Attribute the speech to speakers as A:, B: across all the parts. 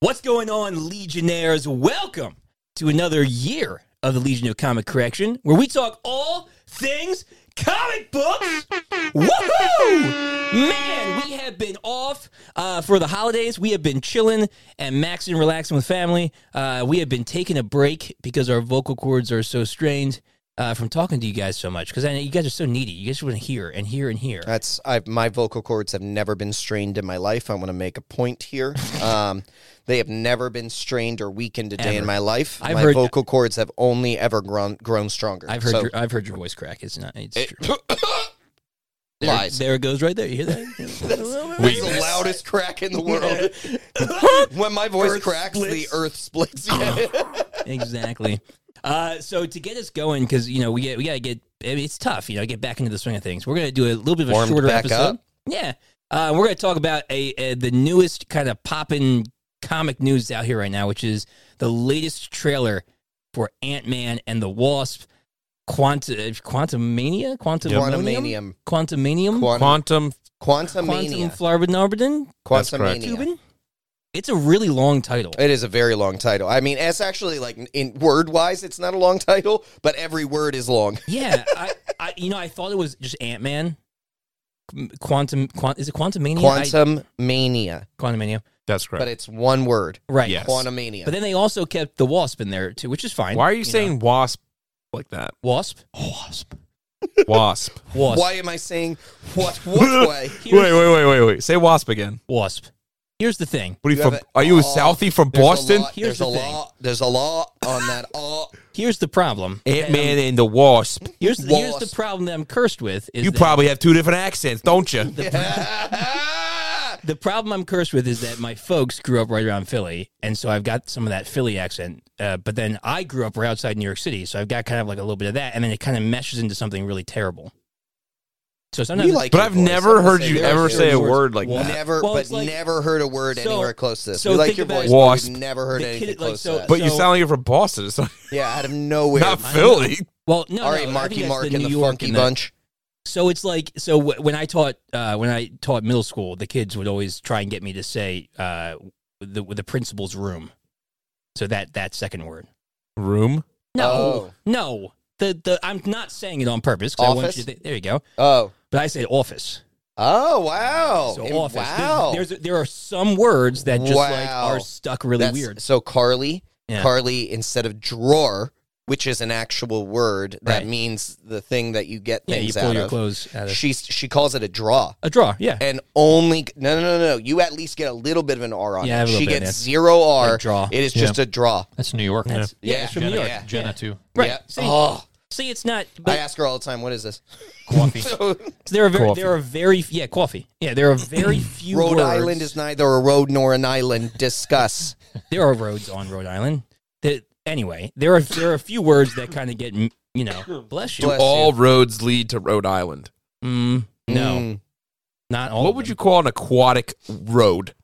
A: What's going on, Legionnaires? Welcome to another year of the Legion of Comic Correction, where we talk all things comic books. Woohoo! Man, we have been off uh, for the holidays. We have been chilling and maxing, relaxing with family. Uh, we have been taking a break because our vocal cords are so strained. Uh, from talking to you guys so much because I know you guys are so needy. You guys want to hear and hear and hear.
B: That's I. My vocal cords have never been strained in my life. I want to make a point here. Um, they have never been strained or weakened a day
A: Ever.
B: in my life.
A: I've
B: my
A: heard-
B: vocal cords have only ever grown grown stronger.
A: I've heard
B: So-
A: your, I've heard your voice crack. It's not. It's true. There,
B: lies.
A: there it goes right there. You hear that?
B: That's the loudest crack in the world. when my voice
A: Earth
B: cracks,
A: splits.
B: the earth splits. Yeah.
A: exactly. Uh, so to get us going, because you know we get, we gotta get. I mean, it's tough, you know, get back into the swing of things. We're gonna do a little bit of a
B: Warmed
A: shorter
B: back
A: episode.
B: up.
A: Yeah, uh, we're gonna talk about a, a the newest kind of poppin' comic news out here right now, which is the latest trailer for Ant Man and the Wasp. uh, Quantum Quantum Mania, Quantum
B: Quantumanium.
A: Quantum Manium,
B: Quantum.
A: Quantum
C: Quantum.
B: Quantumania.
A: Flarbinarbidin,
B: Quantumania.
A: Tubin. It's a really long title.
B: It is a very long title. I mean, it's actually like in word wise, it's not a long title, but every word is long.
A: Yeah, I, I you know I thought it was just Ant Man, Quantum Quant is it Quantum Mania?
B: Quantum mania,
A: Quantum Mania,
C: That's correct.
B: but it's one word.
A: right?
C: Yes.
B: Quantum mania.
A: But then they also kept the Wasp in there too, which is fine.
C: Why are you,
A: know.
C: saying wasp like that?
A: Wasp? Wasp.
C: Wasp.
A: Wasp.
B: Why am I saying what? What way?
C: wait, wait, wait, wait, wait. Say wasp again.
A: Wasp. Here's the thing.
C: What are you,
B: You
C: from?
B: have a-
C: are you a
B: oh,
C: Southie from
B: There's a
C: Boston?
B: law-
A: Here's
B: There's
A: the
B: a law. There's a law on that. Oh,
A: Here's the problem.
C: Ant Man and the Wasp.
A: Here's the, here's
B: Wasp.
A: the problem that I'm cursed with. Is
C: You
A: that
C: probably have two different accents, don't you?
A: the problem I'm cursed with is that my folks grew up right around Philly, and so I've got some of that Philly accent. Uh, but then I grew up right outside New York City, so I've got kind of like a little bit of that, and then it kind of meshes into something really terrible. So sometimes
B: We like
C: But
B: your
C: I've
B: voice.
C: never
B: I'm gonna
C: heard
B: say
C: you
B: there
C: ever
B: are
C: say a
B: certain words-
C: word like
A: Well,
C: that.
B: Never,
A: Well, it's
B: but
A: like-
B: never heard a word
A: so-
B: anywhere close to this.
A: so
B: we like
A: think
B: your
A: about
B: voice.
A: it.
B: but
C: Wasp.
B: We've never heard
A: The
B: anything
A: kid, like,
B: close
A: so-
B: to that.
C: But you
A: So-
C: sound like you're from Boston. It's not,
B: yeah, out of nowhere.
C: not Philly.
A: well, no,
B: All
A: no, I
B: right,
A: think
B: Marky
A: that's
B: Mark
A: the
B: and
A: New
B: the
A: York
B: Funky
A: and the-
B: Bunch.
A: So it's like so w- when I taught uh, when I taught middle school, the kids would always try and get me to say uh, the the principal's room. So that that second word.
C: Room.
A: No,
B: Oh.
A: no. The the I'm not saying it on purpose. 'cause I want
B: Office?
A: you to, there you go.
B: Oh,
A: But I said office.
B: oh, wow.
A: So
B: And
A: office.
B: Wow.
A: There's, there's there are some words that just like
B: Wow.
A: are stuck really
B: That's-
A: weird.
B: So Carly,
A: Yeah.
B: Carly, instead of drawer, which is an actual word that
A: Right.
B: means the thing that you get
A: Yeah, you
B: things
A: pull
B: out
A: your
B: of.
A: clothes out of
B: She she calls it a draw.
A: a drawer. Yeah,
B: and only no no no no you at least get a little bit of an r on
A: Yeah, I
B: it
A: have a
B: she
A: little bit,
B: gets
A: yeah.
B: zero r
A: Like draw.
B: it is just a draw
D: That's New York.
A: That's- yeah.
B: Yeah.
A: it's from
D: Jenna,
A: New York.
B: yeah.
D: Jenna
A: Yeah.
D: too.
A: Right.
B: Yeah.
A: See,
B: oh
A: see, it's not.
B: i
A: But
B: ask her all the time what is this
D: Coffee.
A: there are very,
C: Coffee.
A: there are very yeah coffee. Yeah, there are very few.
B: rhode
A: words.
B: island is neither a road nor an island discuss
A: there are roads on Rhode Island. That anyway, there are there are a few words that kind of get m- you know. Bless you.
B: Bless
C: All roads lead to Rhode Island.
A: Mm, no,
B: Mm.
A: not all.
C: What
A: of
C: would
A: them.
C: you call an aquatic road?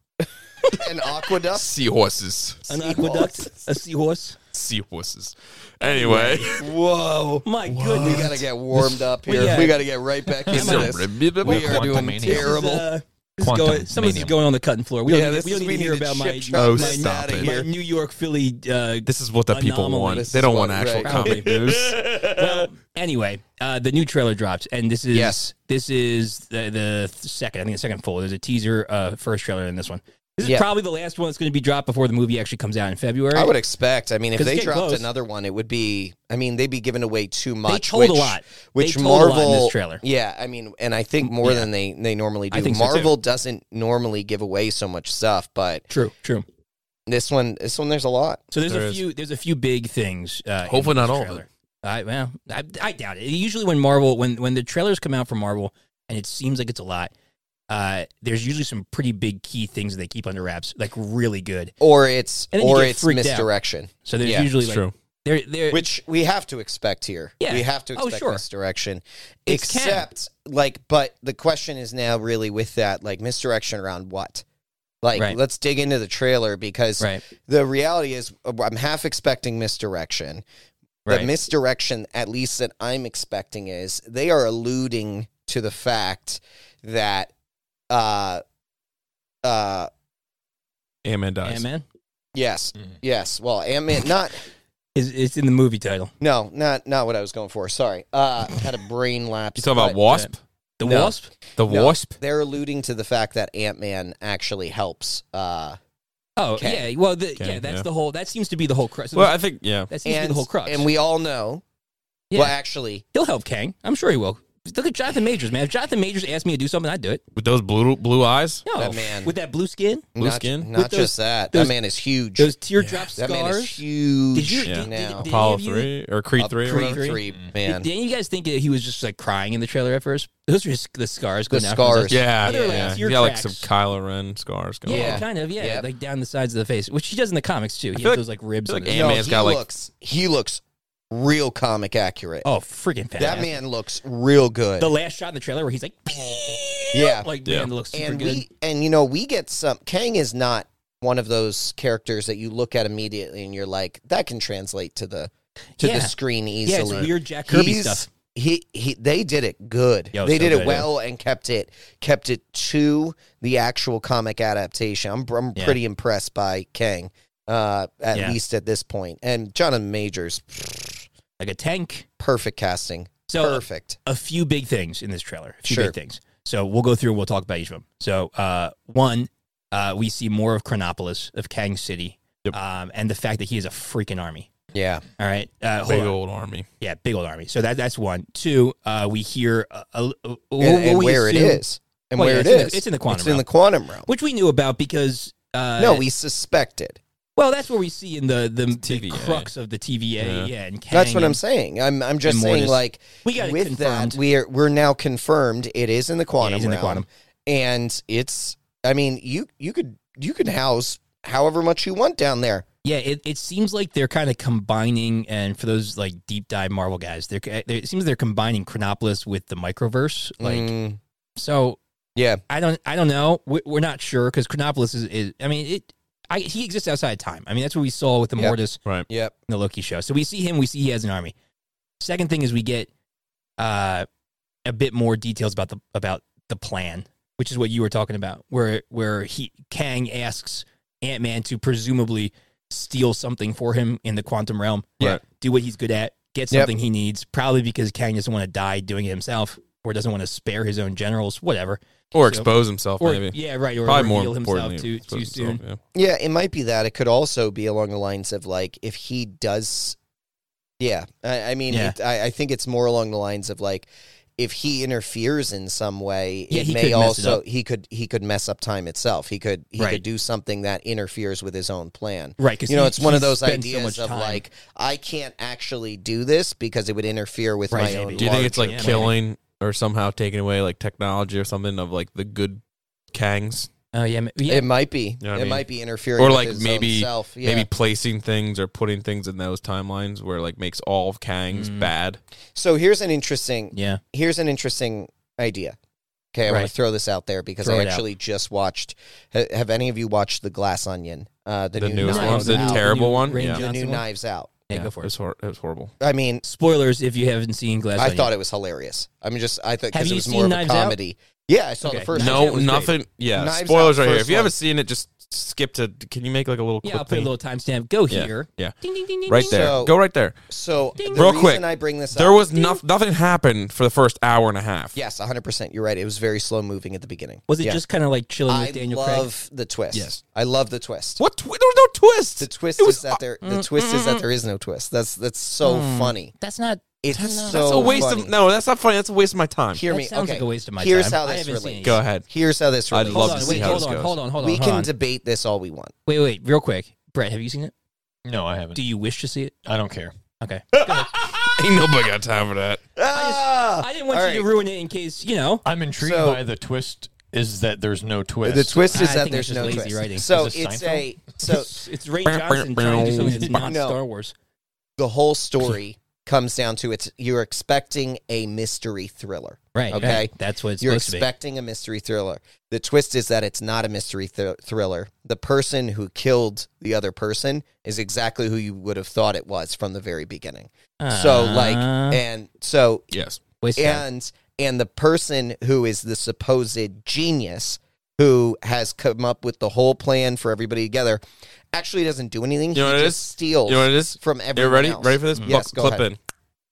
B: an aqueduct
C: Seahorses.
A: an aqueduct, a seahorse?
C: Seahorses. Anyway.
B: whoa
A: My
B: we
A: goodness.
B: gotta get warmed up
A: Well,
B: here
A: yeah.
B: we gotta get right back into this we are doing
D: Quantumania.
B: terrible
A: This is, uh, this is
D: Quantum
A: going, some of this is
D: manium.
A: going on the cutting floor. We don't,
B: Yeah,
A: need-
B: this
A: we don't
B: is-
A: need
B: we
A: to hear
B: need to
A: about my,
B: chip
A: my,
B: chop
C: Oh,
B: this
C: stop
B: outta
C: it.
A: my
B: here.
A: New York Philly. Uh,
C: This is what the people
A: Anomaly.
C: want.
B: This
C: They
B: is
C: don't
B: what-
C: want actual
B: right.
A: Probably.
C: comedy news.
A: well, anyway, uh, the new trailer dropped, and this is
B: Yes.
A: this is the, the second. I think the second full. There's a teaser, uh, first trailer, in this one. This is
B: Yeah.
A: probably the last one that's going to be dropped before the movie actually comes out in February.
B: I would expect. I mean, if
A: 'Cause it's
B: they
A: getting
B: dropped
A: close.
B: another one, it would be. I mean, they'd be giving away too much.
A: told a
B: which,
A: lot. They
B: Which
A: told a lot in
B: Marvel
A: this trailer.
B: Yeah, I mean, and I think more
A: Yeah.
B: than they they normally
A: I
B: do.
A: think so, too.
B: Marvel doesn't normally give away so much stuff, but
A: True, true.
B: this one, this one, there's a lot.
A: So there's
C: There
A: a
C: is.
A: few. There's a few big things. Uh, in
C: Hopefully
A: this
C: not all of
A: trailer.
C: it.
A: I well, I, I doubt it. Usually when Marvel, when when the trailers come out for Marvel, and it seems like it's a lot. Uh, there's usually some pretty big key things that they keep under wraps, like really good.
B: Or it's
A: And then you
B: or
A: get
B: it's
A: freaked out.
B: misdirection,
A: So there's
B: Yeah,
A: usually
C: It's
A: like
C: true.
A: they're they're
B: which we have to expect here.
A: Yeah.
B: we have to
A: Oh,
B: expect
A: sure.
B: misdirection.
A: It's canon.
B: except like, but the question is now really with that like misdirection around what. Like,
A: Right.
B: let's dig into the trailer because
A: right
B: the reality is uh, I'm half expecting misdirection. The
A: right
B: misdirection, at least that I'm expecting, is they are alluding to the fact that uh uh
C: Amen dies.
A: yeah man
B: Yes.
A: Mm-hmm.
B: Yes. Well, Ant Man, not
A: It's, it's in the movie title.
B: no, not not what I was going for. Sorry, uh, had a brain lapse.
C: You talking about
B: but-
C: Wasp?
A: The
B: No.
A: Wasp?
C: The
B: No,
C: Wasp?
B: They're alluding to the fact that Ant Man actually helps. Uh,
A: Oh,
B: Okay.
A: yeah. Well, the,
C: Okay,
A: yeah, that's
C: yeah.
A: the whole, that seems to be the whole crux.
C: Well, I think yeah.
A: that seems to be
B: and
A: the whole crux.
B: and we all know.
A: Yeah.
B: Well, actually,
A: He'll help Kang. I'm sure he will. Look at Jonathan Majors, man. If Jonathan Majors asked me to do something, I'd do it.
C: With those blue blue eyes?
A: No,
B: That man. Mm-hmm.
A: with that blue skin,
C: Blue
B: not,
C: skin?
B: Not
A: With those-
B: just that.
A: those-
B: that man is huge.
A: those teardrop
B: that
A: scars.
B: man is huge.
A: Did you-
C: did- did-
B: now.
A: did-
C: Apollo
A: you-
C: 3 or Creed
B: Uh,
C: 3 or
B: Creed
C: whatever?
A: Creed
B: three,
A: Did-
B: man.
A: Didn't you guys think that he was just like crying in the trailer at first? Those are his the scars
B: The
A: going down. from his
B: scars.
A: eyes.
C: Yeah,
A: They're
C: yeah.
A: like
C: You
A: tear
C: got like
A: cracks.
C: some Kylo Ren scars going
A: yeah,
C: on.
A: kind of, yeah,
B: Yeah.
A: like down the sides of the face, which he does in the comics too. He
C: feel
A: has
C: like-
A: those like ribs.
C: I feel
A: on
C: like
A: his-
C: Ant-
B: No,
C: Ant-Man's
B: he
C: got, like-
B: looks. He looks real comic accurate.
A: oh, freaking fantastic!
B: that man looks real good.
A: The last shot in the trailer where he's like,
B: Yeah.
A: like
C: Yeah.
A: man, it looks super
B: and
A: good.
B: we and you know we get some. Kang is not one of those characters that you look at immediately and you're like that can translate to the to
A: Yeah.
B: the screen
A: yeah, it's
B: easily.
A: weird Jack Kirby
B: He's-
A: stuff.
B: He he. They did it good.
A: Yo,
B: they
A: so
B: did
A: good,
B: it well and kept it kept it to the actual comic adaptation. I'm I'm
A: Yeah.
B: pretty impressed by Kang. Uh, at
A: Yeah.
B: least at this point, and Jonathan Majors,
A: like a tank.
B: perfect casting,
A: So
B: perfect.
A: a few big things in this trailer. A few
B: Sure.
A: big things. So we'll go through and we'll talk about each of them. So uh, one, uh, we see more of Chronopolis, of Kang City,
C: Yep.
A: um, and the fact that he is a freaking army.
B: Yeah,
A: All right, uh, hold
C: Big
A: on.
C: old army.
A: yeah, big old army. So that that's one. Two, uh, we hear uh, uh, and,
B: and, and where it is, and
A: Well,
B: where
A: yeah,
B: it
A: it's in the-
B: is,
A: it's in the quantum
B: it's
A: realm.
B: in the quantum realm.
A: which we knew about because uh,
B: no, we suspected.
A: well, that's what we see in the the, the
C: TVA.
A: crux of the TVA. Yeah,
C: Yeah.
A: and Kang
B: That's what I'm
A: and-
B: saying. I'm I'm just
A: and
B: saying
A: Mortis.
B: like
A: We got it
B: with
A: confirmed.
B: that we're we're now confirmed it is in the quantum
A: he's in the
B: realm,
A: quantum.
B: and it's I mean you you could you could house however much you want down there.
A: Yeah, it, it seems like they're kind of combining, and for those like deep dive Marvel guys, they're, eh, they it seems they're combining Chronopolis with the microverse. Like,
B: Mm,
A: so
B: yeah,
A: I don't I don't know. We, we're not sure because Chronopolis is, is I mean it I, he exists outside of time. I mean that's what we saw with the
B: Yeah.
A: Mortis
C: Right.
B: yep.
A: in the Loki show. So we see him. We see he has an army. Second thing is we get uh, a bit more details about the about the plan, which is what you were talking about, where where he Kang asks Ant Man to presumably steal something for him in the quantum realm.
C: Yeah. Right.
A: do what he's good at, get
B: Yep.
A: something he needs. Probably because Kang doesn't want to die doing it himself, or doesn't want to spare his own generals. Whatever.
C: Or
A: So-
C: expose himself
A: Or
C: maybe.
A: yeah, right. Or
C: Probably more
A: reveal himself
C: importantly,
A: too
C: expose
A: too soon.
C: himself, yeah.
B: Yeah, it might be that. It could also be along the lines of like if he does. Yeah, I, I mean,
A: Yeah.
B: It, I, I think it's more along the lines of like if he interferes in some way,
A: Yeah,
B: it
A: he
B: may
A: could mess it
B: also he could he could mess up time itself. He could he
A: Right.
B: could do something that interferes with his own plan.
A: Right, 'cause
B: You know,
A: he-
B: it's one
A: he
B: of those
A: spends so
B: ideas
A: much
B: of
A: time.
B: like I can't actually do this because it would interfere with
A: Right,
B: my
A: maybe.
B: own.
C: Do you think it's
B: larger
C: like
A: Yeah,
B: plan.
C: killing or somehow taking away like technology or something of like the good Kangs?
A: Oh yeah, ma- yeah.
B: It might be.
C: You know
B: it
C: what I mean?
B: might be interfering
C: Or
B: with
C: like
B: his own
C: maybe-
B: self. Yeah.
C: Maybe placing things or putting things in those timelines where like makes all of Kangs
A: Mm.
C: bad.
B: So here's an interesting
A: yeah.
B: here's an interesting idea. Okay, I want
A: Right.
B: to throw this out there because
A: Throw
B: I
A: it out.
B: actually just watched. ha- Have any of you watched The Glass Onion? Uh, the,
C: The
B: new
C: newest
B: Knives
C: one, the
B: Out.
C: terrible
A: New
C: one.
A: Rain
C: Yeah.
B: The new
A: Johnson one?
B: Knives Out.
A: Yeah, go for
C: it.
A: it.
C: was, hor- it was horrible.
B: I mean,
A: Spoilers if you haven't seen Glass.
B: I
A: Onion.
B: thought it was hilarious. I'm just, I thought
A: Have
B: because
A: you
B: it was
A: seen
B: more of a
A: Knives Out?
B: comedy. Yeah, I saw
A: Okay.
B: the first.
A: Knives Out
C: No,
B: one.
C: nothing. Yeah,
B: Knives Out,
C: spoilers right here.
B: first
C: If you
B: one.
C: haven't seen it, just skip to. Can you make like a little
A: Yeah,
C: clip
A: I'll put a
C: thing?
A: little timestamp. Go
C: Yeah,
A: here.
C: yeah.
A: Ding, ding, ding, ding,
C: right
A: ding.
C: there?
B: So-
C: Go right there.
B: So the
C: Real
B: reason
C: quick,
B: I bring this
C: There
B: up,
C: was no, nothing happened for the first hour and a half.
B: yes, 100. percent You're right. It was very slow moving at the beginning.
A: Was it
B: Yeah.
A: just kind of like chilling
B: I
A: with Daniel Craig?
B: love the twist.
A: Yes.
B: I love the twist.
C: What? Twi- there was no twist.
B: The twist
C: It was-
B: is that there. The twist is that there is no twist. That's that's so
A: Hmm.
B: funny.
A: That's not.
B: It's
A: not-
B: so
C: That's a waste
B: funny.
C: of. No, that's not funny. That's a waste of my time.
B: Hear
A: That
B: me.
A: sounds
B: okay.
A: like a waste of my
B: Here's
A: time.
B: How
A: I
B: this
A: haven't
B: relates.
A: seen it.
C: Go ahead.
B: Here's how this
C: I'd
B: relates.
C: love
A: hold
C: to
A: on,
C: see
A: wait,
C: how
A: hold
C: this
A: on,
C: goes.
A: hold on, hold on,
B: we
A: hold
B: can
A: on.
B: debate this all we want.
A: wait, wait, real quick. Brett, have you seen it?
D: No, I haven't.
A: Do you wish to see it?
D: I don't care.
A: Okay.
C: Ain't nobody got time for that.
A: I didn't want
B: Ah! All
A: you
B: right.
A: to ruin it in case you know.
D: I'm intrigued
B: So-
D: by the twist. Is that there's no twist?
B: the twist
A: I
B: is that
A: think
B: there's
A: it's just
B: no
A: lazy
B: twist.
A: writing.
B: So
D: Is this
B: it's a so
A: it's, it's Ray Johnson trying to do something that's not
B: No.
A: Star Wars.
B: the whole story comes down to it's you're expecting a mystery thriller.
A: Right.
B: Okay.
A: right. That's what it's
B: You're
A: supposed to
B: expecting a mystery thriller. The twist is that it's not a mystery thr thriller. The person who killed the other person is exactly who you would have thought it was from the very beginning.
A: be.
B: So like
A: Uh,
B: and so
C: Yes.
A: waste of time.
B: and and the person who is the supposed genius who has come up with the whole plan for everybody together, actually doesn't do anything.
C: You know
B: he
C: what it
B: just
C: is?
B: steals
C: You know what it is?
B: from
C: You
B: everyone.
C: ready?
B: else. Mm-hmm.
C: Ready for
A: Mm-hmm.
C: this?
B: Yes,
C: Bu-
B: go
C: clip
B: ahead.
C: in.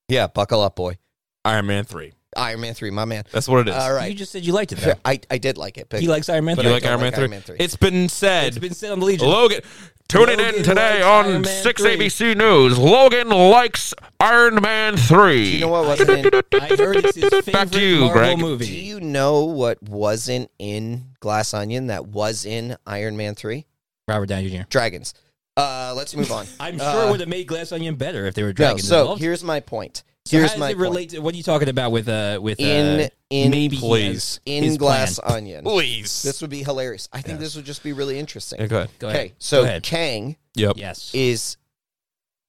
B: Yeah, buckle up, boy.
C: Iron Man three.
B: Iron Man three, my man.
C: That's what it is.
B: All
A: You
B: right,
A: just said you liked it though.
B: I, I did like it, but
A: He likes Iron Man.
C: But
A: three.
C: you like
B: don't
C: Iron,
B: like
C: Man
B: Iron Man 3.
C: 3? It's been
A: it's
C: said.
A: been said on the Legion.
C: Logan. Tune it
A: Logan
C: in today
A: likes Iron
C: on
A: Man
C: 6
A: 3.
C: ABC News. Logan likes Iron Man 3.
B: Do you know what wasn't in?
A: I heard it's his favorite
C: Back to you,
A: Marvel
C: Greg.
A: movie.
B: Do you know what wasn't in Glass Onion that was in Iron Man three?
A: Robert Downey Jr.
B: Dragons. Uh, let's move on.
A: I'm
B: Uh,
A: sure it would have made Glass Onion better if they were
B: No,
A: dragons
B: so
A: involved.
B: here's my point.
A: So
B: Here's
A: how does
B: my
A: it relate to what are you talking about with uh with
B: point. in
A: uh,
B: in
A: maybe he
C: please.
A: has
B: in
A: his
B: Glass
A: plan.
B: Onion.
C: Please.
B: This would be hilarious. I think this would just be really interesting.
C: Yeah, go ahead.
A: Go ahead.
B: Okay, so
A: Go ahead.
B: Kang
C: Yep.
A: Yes.
B: is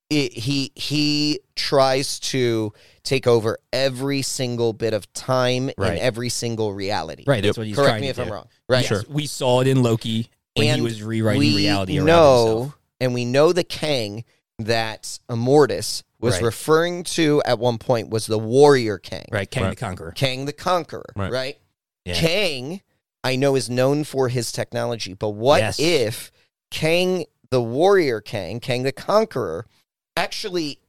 B: it, he he tries to take over every single bit of time
A: Right.
B: and every single reality.
A: right. That's
C: Yep.
A: what he's
B: Correct
A: trying
B: me
A: to
B: if
A: do.
B: I'm wrong. Right.
A: Yes, We saw it in Loki when
B: And
A: he was rewriting
B: we
A: reality around
B: know,
A: himself.
B: and we know the Kang that Immortus was
A: Right.
B: referring to at one point was the Warrior Kang,
A: Right. Kang the
C: Right.
A: Conqueror.
B: Kang the Conqueror, right?
C: Right.
A: Yeah.
B: Kang, I know, is known for his technology, but what
A: Yes.
B: if Kang the Warrior Kang, Kang the Conqueror, actually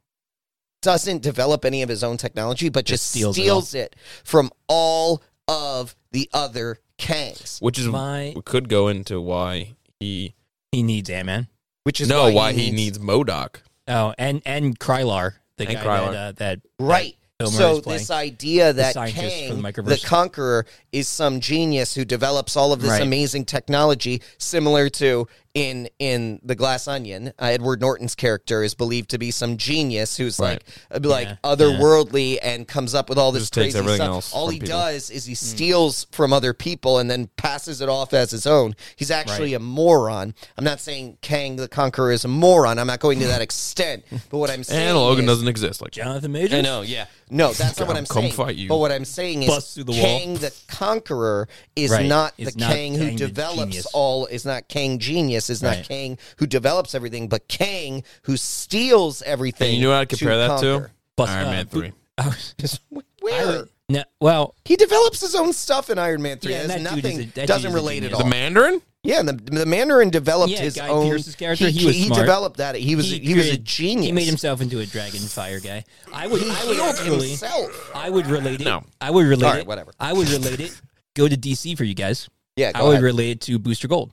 B: doesn't develop any of his own technology, but just,
A: Just steals
B: steals,
A: it
B: it, from all of the other Kangs?
C: Which is
A: My
C: we could go into why he
A: he needs Ant Man.
B: Which is
C: no
B: why,
C: why, he needs Modoc.
A: Oh, and and Krylar, the
C: And
A: guy
C: Krylar.
A: that uh, that
B: right.
A: Bill
B: so
A: Murray's playing.
B: this idea that
A: scientist for
B: Kang,
A: the
B: the,
A: microverse.
B: Conqueror, is some genius who develops all of this
A: Right.
B: amazing technology, similar to in in the Glass Onion, uh, Edward Norton's character is believed to be some genius who's
C: Right.
B: like uh, like
A: Yeah,
B: otherworldly and comes up with all this
C: Just takes
B: crazy
C: everything
B: stuff.
C: else
B: all
C: from
B: he
C: people.
B: does is he steals from other people and then passes it off as his own. He's actually a moron. I'm not saying Kang the Conqueror is a moron. I'm not going to that extent. But what I'm saying
C: And Logan
B: is,
C: doesn't exist. Like
A: Jonathan Majors.
B: yeah. No, that's not what I'm
C: Come
B: saying.
C: fight you.
B: But what I'm saying is
A: Bust through the wall.
B: Kang the Conqueror is
A: Right.
B: not
A: It's
B: the
A: not
B: Kang
A: Kang
B: who
A: the
B: develops
A: genius.
B: all is not Kang genius, is
A: Right.
B: not Kang who develops everything, but Kang who steals everything.
C: and you know how to compare that
B: conquer.
A: Bus-
C: to? Iron
A: uh,
C: Man
A: bu-
C: three.
A: I was just-
B: Where?
A: no, well,
B: he develops his own stuff in Iron Man 3.
A: Yeah, and
B: That's
A: that dude
B: nothing
A: is a- that dude
B: doesn't
A: is a
B: relate at
A: genius.
B: all.
C: The Mandarin?
B: yeah, the, the Mandarin developed
A: Yeah,
B: his
A: Guy
B: own
A: Pearce's character, he
B: He,
A: was smart.
B: developed that. He was he, was a
A: created-
B: genius.
A: He made himself into a dragon fire guy. I would.
B: He
A: I would
B: healed
A: actually.
B: himself.
A: I would relate it.
C: No.
A: I would relate
B: All right,
A: it.
B: whatever.
A: I would relate it. Go to DC for you guys.
B: Yeah,
A: I
B: go
A: would
B: ahead.
A: relate it to Booster Gold.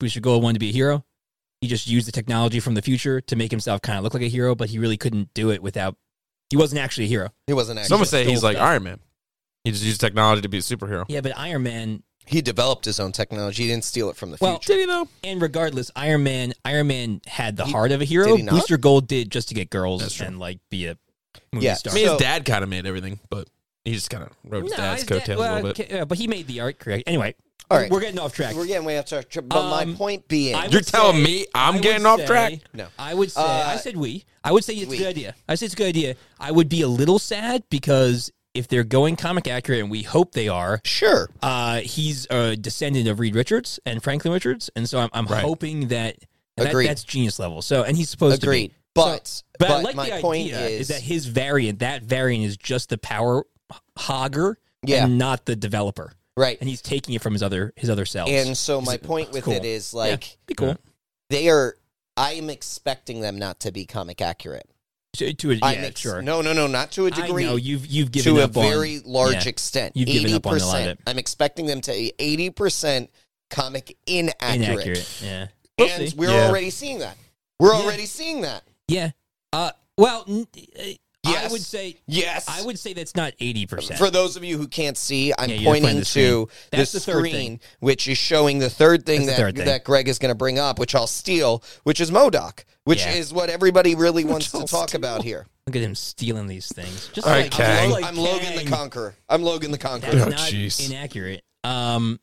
A: Booster Gold wanted to be a hero. He just used the technology from the future to make himself kind of look like a hero, but he really couldn't do it without. He wasn't actually a hero.
B: he wasn't actually.
C: Some would say he's
A: stole
C: like
A: stuff.
C: Iron Man. He just used technology to be a superhero.
A: Yeah, but Iron Man.
B: he developed his own technology. He didn't steal it from the
A: Well,
B: future.
C: Did he though?
A: And regardless, Iron Man. Iron Man had the
B: He-
A: heart of a hero.
B: did he not?
A: Booster Gold did just to get
C: That's
A: girls
C: true.
A: and like be a movie
B: Yeah,
A: star.
C: I mean,
B: So-
C: his dad kind of made everything, but he just kind of rode his
A: No,
C: dad's
A: his dad-
C: coattails a
A: well,
C: little bit.
A: okay, yeah, but he made the art correct. Anyway,
B: All right.
A: we're getting off track.
B: We're getting way off track. But my
A: Um,
B: point being,
A: I
C: You're
A: would
C: telling
A: say-
C: me I'm
A: I would
C: getting off
A: say-
C: track?
B: No.
A: I would say, I
B: Uh,
A: said we. I would say it's
B: we.
A: a good idea. I say it's a good idea. I would be a little sad because if they're going comic accurate, and we hope they are,
B: sure.
A: uh, he's a descendant of Reed Richards and Franklin Richards. And so I'm, I'm
C: Right.
A: hoping that, that
B: Agreed.
A: that's genius level. So, and he's supposed to
B: Agreed.
A: be.
B: But,
A: But,
B: but,
A: I like
B: my
A: the
B: point
A: idea is,
B: is,
A: that his variant, that variant is just the power h- hogger
B: Yeah.
A: and not the developer.
B: right.
A: And he's taking it from his other his other selves.
B: And so my
A: it-
B: point with
A: cool.
B: it is like
A: be cool.
B: they are. I am expecting them not to be comic accurate.
A: To, to a,
B: I'm
A: yeah,
B: ex-
A: sure.
B: No, no, no, not to a degree.
A: I know you've you've given
B: to a
A: up on-
B: very large
A: yeah.
B: extent.
A: You've given up on a lot of it.
B: I'm expecting them to be 80% comic inaccurate.
A: inaccurate. Yeah, We'll
B: And
A: see.
B: we're
C: Yeah.
B: already seeing that. We're
A: Yeah.
B: already seeing that.
A: yeah. Uh, well, n- uh, I
B: Yes.
A: would say
B: Yes.
A: I would say that's not eighty percent.
B: For those of you who can't see, I'm
A: Yeah, you gotta
B: pointing
A: find the
B: to
A: screen.
B: the
A: That's the third
B: screen, which is showing the third thing
A: That's
B: that
A: the third thing.
B: that Greg is going to bring up, which I'll steal, which is Modoc, which
A: Yeah.
B: is what everybody really wants to
C: I'll
B: talk
C: steal.
B: about here.
A: Look at him stealing these things. Just
C: All right,
A: like,
C: Kang.
B: I'm,
A: just like
B: I'm Logan the
A: Kang.
B: Conqueror. I'm Logan the
A: That's
B: Conqueror.
C: Oh,
A: not
C: jeez.
A: inaccurate. Um,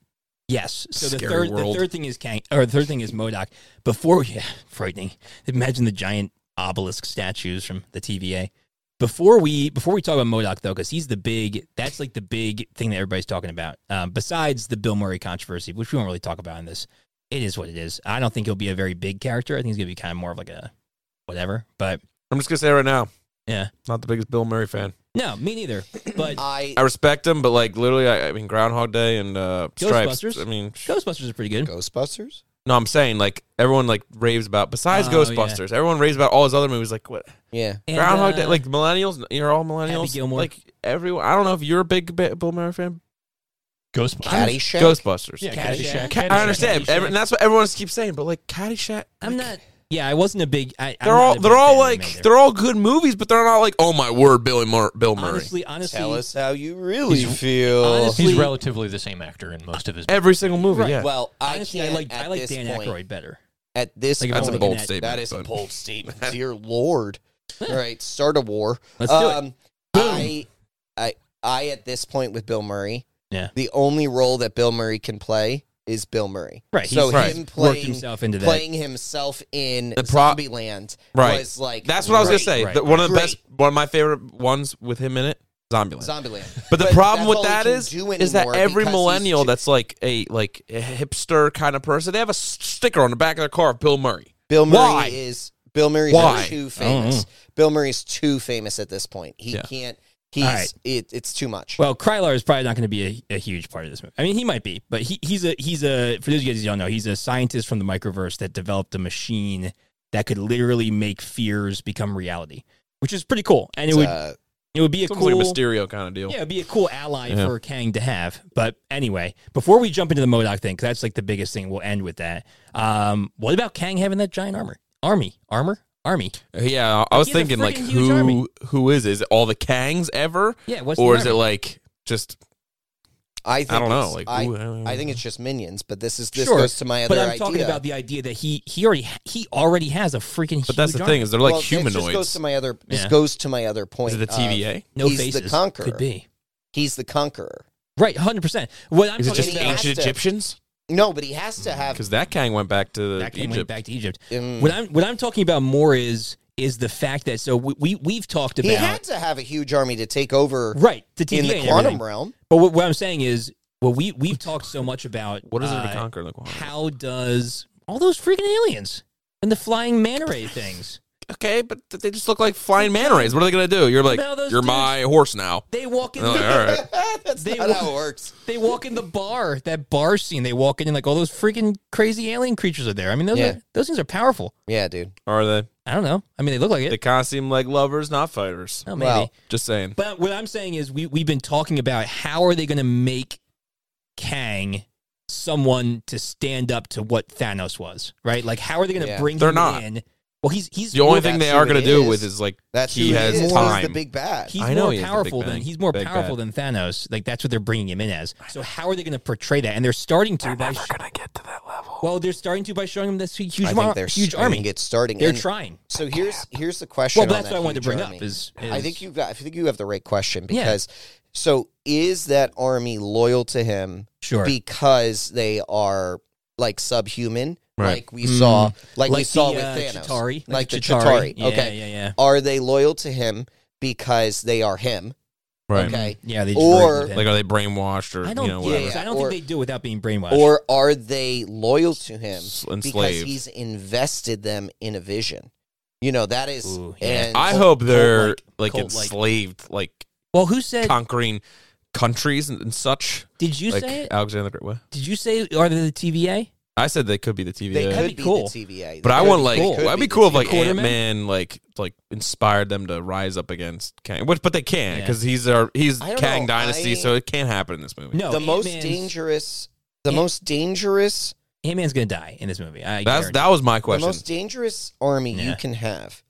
A: yes. So the
C: Scary
A: third
C: world.
A: the third thing is Kang, or the third thing is Modoc. Before yeah, frightening. Imagine the giant obelisk statues from the TVA. Before we before we talk about Modoc though, because he's the big that's like the big thing that everybody's talking about. Um, besides the Bill Murray controversy, which we won't really talk about in this. It is what it is. I don't think he'll be a very big character. I think he's gonna be kind of more of like a whatever. But
C: I'm just gonna say right now.
A: Yeah.
C: Not the biggest Bill Murray fan.
A: No, me neither. But
B: I
C: I respect him, but like literally, I, I mean, Groundhog Day and uh, Stripes.
A: Ghostbusters?
C: I mean, sh-
A: Ghostbusters is pretty good.
B: Ghostbusters.
C: no, I'm saying like everyone like raves about besides
A: Oh,
C: Ghostbusters. Everyone raves about all his other movies. Like what
B: Yeah,
A: And,
C: Groundhog Day?
A: uh,
C: Like millennials, you're all millennials.
A: Gilmore.
C: Like everyone. I don't know if you're a big Ba- Bill Murray fan.
D: Ghostbusters.
B: Caddyshack.
C: Ghostbusters.
D: Yeah,
A: Caddyshack.
D: Caddyshack.
A: Ca-
C: I understand,
A: Caddyshack.
C: Every- and that's what everyone keeps saying. But like Caddyshack,
A: I'm not. Yeah, I wasn't a big. I, I'm
C: they're
A: not a
C: all
A: big
C: they're all
A: fan of him
C: like
A: either.
C: they're all good movies, but they're not like oh my word, Billy Mur- Bill Murray.
A: honestly, honestly,
B: Tell us how you really
D: He's-
B: feel.
A: honestly-
D: He's relatively the same actor in most of his.
C: Every single movie,
A: Right.
C: yeah.
B: well, I
A: honestly, I
B: can't
A: like
B: at
A: I like
B: this
A: Dan
B: point,
A: Aykroyd better.
B: At this,
A: Like, if I'm
C: that's a
A: looking
C: bold
A: at-
C: statement.
B: That is a
C: but-
B: bold statement. Dear Lord. All right, start a war. Um,
A: Let's do it.
B: I, I, I, at this point with Bill Murray,
D: Yeah.
B: the only role that Bill Murray can play is Bill Murray.
A: Right,
B: So
A: he's-
B: him
A: Worked
B: playing,
A: himself into that.
B: playing himself in
C: The pro-
B: Zombie Land
C: Right.
B: was like
C: That's what I was gonna
B: great.
C: say.
A: right,
C: The- one of the
B: right.
C: best, one of my favorite ones with him in it, Zombieland.
B: Zombieland.
C: but the
B: But
C: problem
B: that's
C: with
B: all he
C: that
B: can
C: is,
B: do
C: is that
B: anymore
C: every
B: because he's
C: millennial
B: too-
C: that's like a like a hipster kind of person, they have a s- sticker on the back of their car of Bill Murray.
B: Bill Murray
C: Why?
B: is Bill Murray's
C: Why?
B: too famous. Bill Murray's too famous at this point. He
C: Yeah.
B: can't. He's
A: right.
B: it, it's too much.
A: Well, Krylar is probably not going to be a, a huge part of this movie. I mean, he might be, but he, he's a he's a for those of you guys who don't know, he's a scientist from the microverse that developed a machine that could literally make fears become reality, which is pretty cool. And it
B: It's,
A: would
B: uh,
A: it would be a
C: It's
A: cool
C: almost like a Mysterio kind of deal.
A: yeah, it'd be a cool ally
C: Yeah.
A: for Kang to have. But anyway, before we jump into the Modoc thing, 'cause that's like the biggest thing. We'll end with that. Um, what about Kang having that giant armor, army, armor, army?
C: Yeah, I I was
A: He's a
C: thinking like
A: freaking huge army.
C: who who is it? Is it all the Kangs ever,
A: Yeah, what's
C: or
A: the
C: is it like just
B: I think
C: I don't know?
B: it's-
C: Like
B: I,
C: ooh, don't
B: I think it's just minions, but this is this
A: Sure,
B: goes to my other
A: but I'm
B: idea.
A: talking about the idea that he he already he already has a freaking.
C: But that's the
A: huge
C: thing
A: army.
C: is they're like
B: well, This just goes
C: humanoids.
B: to my other. This
A: Yeah.
B: goes to my other point.
C: Is it the
B: of
C: TVA?
A: no
B: he's
A: faces
B: the conqueror.
A: could be
B: He's the conqueror.
A: right, hundred percent. What I'm
C: Is it
A: talking
C: just
B: he
A: about
B: has
C: ancient
B: to-
C: Egyptians?
B: No, but he has to have.
C: Because that Kang went back to
A: that came
C: Egypt.
A: back to Egypt.
B: mm,
A: What I'm what I'm talking about more is is the fact that so we, we we've talked about
B: he had to have a huge army to take over
A: right the TVA
B: in
A: and
B: the
A: everything.
B: quantum realm.
A: But what, what I'm saying is, well, we we've talked so much about
C: What is it to
A: uh,
C: conquer? Like,
A: How does all those freaking aliens and the flying manta ray things?
C: okay, but th- they just look like flying manta rays. What are they gonna do? You're like,
A: Now those
C: you're
A: dudes-
C: my horse now.
A: They walk in.
C: And they're like, all right,
B: That's
A: They
B: not
A: wa-
B: how it works.
A: They walk in the bar, that bar scene. They walk in and like all those freaking crazy alien creatures are there. I mean, those
B: Yeah.
A: are, those things are powerful.
B: Yeah, dude.
C: are they?
A: I don't know. I mean, they look like
C: They
A: it.
C: kind of seem like lovers, not fighters.
A: Oh, maybe.
B: Well-
C: Just saying.
A: But what I'm saying is, we we've been talking about how are they going to make Kang someone to stand up to what Thanos was, right? Like, how are they going to
B: Yeah.
A: bring
C: They're
A: him
C: not.
A: in? Well, he's he's
C: The only
B: Well,
C: thing they
B: that's
C: are
B: who
C: gonna
B: it
C: do
B: is.
C: with is like
B: That's
C: he
B: who
C: has
B: he is.
C: time.
B: He's the big bad.
A: he's
C: I know
A: more
C: he is the big
A: powerful than
C: bang-
A: he's more
C: big
A: powerful than Thanos. Like that's what they're bringing him in as. So how are they going to portray that? And they're starting to by sh-
C: gonna get to that level.
A: well, they're starting to by showing him this huge
B: I
A: mar-
B: think they're
A: huge
B: starting
A: army.
B: It's starting.
A: They're
B: And
A: trying.
B: So here's here's the question.
A: Well,
B: on
A: that's
B: that
A: what I wanted to
B: huge
A: bring
B: army.
A: up is,
B: I
A: is-
B: think you got. I think you have the right question
A: Yeah.
B: because. So is that army loyal to him
A: sure
B: because they are like subhuman,
C: Right.
B: like we saw, like, we
A: Mm. Like
B: saw
A: the,
B: with
A: uh,
B: Thanos,
A: Chitauri.
B: like,
A: Like
B: the
A: Chitauri.
B: Chitauri.
A: Yeah,
B: okay,
A: yeah, yeah.
B: Are they loyal to him because they are him?
C: Right.
B: Okay,
A: yeah they
B: Mm-hmm. Or-
A: just
C: Like, are they brainwashed or
A: I don't
C: you know
A: yeah,
C: whatever?
A: because I don't
B: Or-
A: think they do without being brainwashed.
B: or are they loyal to him
C: S-
B: because
C: Enslaved.
B: he's invested them in a vision? You know that is.
A: Ooh, yeah.
B: and
C: I hope they're like
A: cult-like.
C: enslaved, like
A: well, who said?
C: conquering countries and, and such.
A: Did you
C: like
B: uh,
A: say it?
C: Alexander the Great. What?
A: Did you say are they the TVA?
C: I said they could be the TVA.
B: They
A: That'd be
B: could be,
A: cool.
B: the TVA,
C: But I
B: They
C: want
B: could-
C: like
B: they
A: cool.
B: could
C: that'd be
B: the
C: cool if
B: TVA.
C: like Ant
A: Quarterman?
C: Man like like inspired them to rise up against Kang, which but they can't
A: Yeah.
C: because he's our he's
B: I don't
C: Kang
B: know.
C: Dynasty,
B: I-
C: so it can't happen in this movie.
A: No,
B: the most
A: Ant-Man's-
B: dangerous, the
A: Ant-
B: most dangerous,
A: Ant Man's gonna die in this movie. I
C: that's
A: guarantee.
C: that was my
B: the
C: question.
B: most dangerous army you
A: Yeah.
B: can have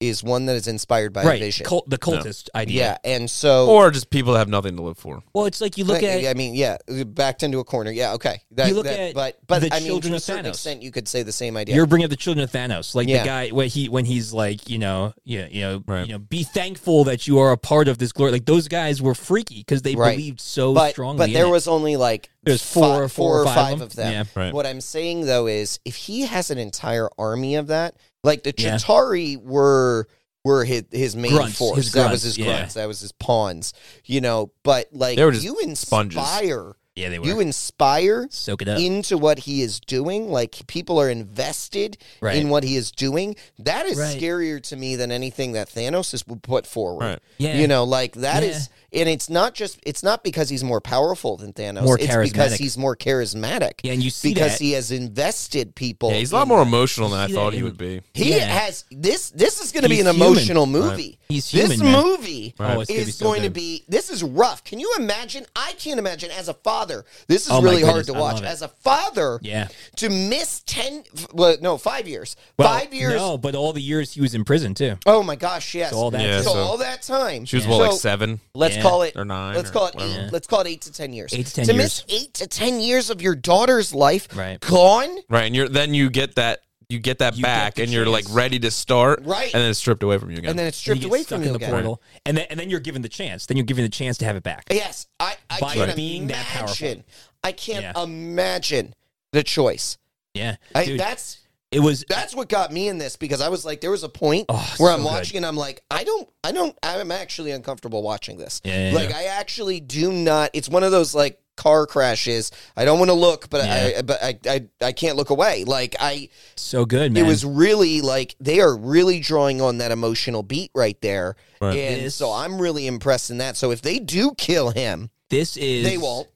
B: is one that is inspired by a
A: right.
B: vision.
A: Cult, the cultist idea.
B: Yeah, and so
C: or just people that have nothing to live for.
A: Well, it's like you look
B: But,
A: at
B: I mean, yeah, backed into a corner. Yeah, okay.
A: You look
B: that-
A: at
B: but but
A: the
B: I mean,
A: children
B: to a
A: of
B: certain
A: Thanos.
B: extent, you could say the same idea.
A: You're bringing up the children of Thanos, like
B: Yeah.
A: the guy when he when he's like, you know, you know, you know,
C: Right.
A: you know, be thankful that you are a part of this glory. Like those guys were freaky because they
B: Right.
A: believed so
B: but
A: strongly.
B: but
A: in
B: there
A: it.
B: was only like
A: There's four-
B: fi-
A: four or
B: or
A: five
B: five
A: of
B: of them.
A: them.
C: Yeah. Right.
B: What I'm saying though is, if he has an entire army of that, like the
A: Yeah.
B: Chitari were were his, his main
A: Grunts,
B: force.
A: his
B: that
A: grunts,
B: was his
A: yeah.
B: grunts. That was his pawns. You know, but like
C: They were just
B: you inspire
C: sponges.
A: Yeah, they were.
B: You inspire
A: Soak it up.
B: into what he is doing. Like people are invested
A: Right.
B: in what he is doing. That is
A: Right.
B: scarier to me than anything that Thanos is would put forward.
C: Right.
A: Yeah.
B: You know, like that
A: Yeah.
B: is, and it's not just it's not because he's more powerful than Thanos.
A: More
B: it's because
A: charismatic.
B: he's more charismatic.
A: Yeah, and you see
B: because
A: that.
B: he has invested people.
C: Yeah, he's a lot
B: in-
C: more emotional than I
A: See
C: thought
A: that
C: he
A: in-
C: would be.
B: He
A: Yeah.
B: has this. This is going to be
A: He's
B: an
A: human.
B: emotional movie.
A: He's
B: this
A: human, man.
B: movie
A: Oh, it's gonna be
B: is
A: so
B: going to
A: good.
B: be. This is rough. Can you imagine? I can't imagine as a father. This is
A: Oh my
B: really hard
A: goodness,
B: to
A: I
B: watch
A: love it.
B: as a father.
A: Yeah.
B: To miss ten, f- well, no, five years.
A: Well,
B: five years.
A: No, but all the years he was in prison too.
B: Oh my gosh! Yes.
A: So all that
C: Yeah,
B: So
C: so-
B: all that time.
C: She was well like
B: So-
C: seven.
B: Let's
A: Yeah.
B: call it
C: Or nine
B: Let's
C: or
B: call it eight.
C: whatever.
B: Let's call it eight to ten years.
A: Eight to 10
B: to miss eight to ten years of your daughter's life
A: Right.
B: gone.
C: Right, and you're then you get that you get that
A: You get
C: back,
A: the
C: and you're like
A: chance.
C: ready to start.
B: Right.
C: and then it's stripped away from you again.
B: And then it's
A: And
B: stripped
A: he gets
B: away
A: stuck
B: from
A: in
B: you
A: the
B: again.
A: portal, and then and then you're given the chance. Then you're given the chance to have it back.
B: Yes, I, I
A: By
B: can't
A: being that powerful.
B: imagine. I can't
A: Yeah.
B: imagine the choice.
A: Yeah,
B: I,
A: Dude,
B: that's
A: it was
B: that's what got me in this because I was like, there was a point
A: Oh,
B: where
A: so
B: I'm
A: good.
B: watching and I'm like, I don't, I don't, I'm actually uncomfortable watching this.
A: Yeah, yeah,
B: like I actually do not. It's one of those like car crashes. I don't want to look, but I, but I, I, I can't look away. Like I,
A: so good, man.
B: it was really like they are really drawing on that emotional beat right there,
C: Right.
B: and
A: Yes.
B: so I'm really impressed in that. So if they do kill him,
A: this is Mm-hmm.
B: they won't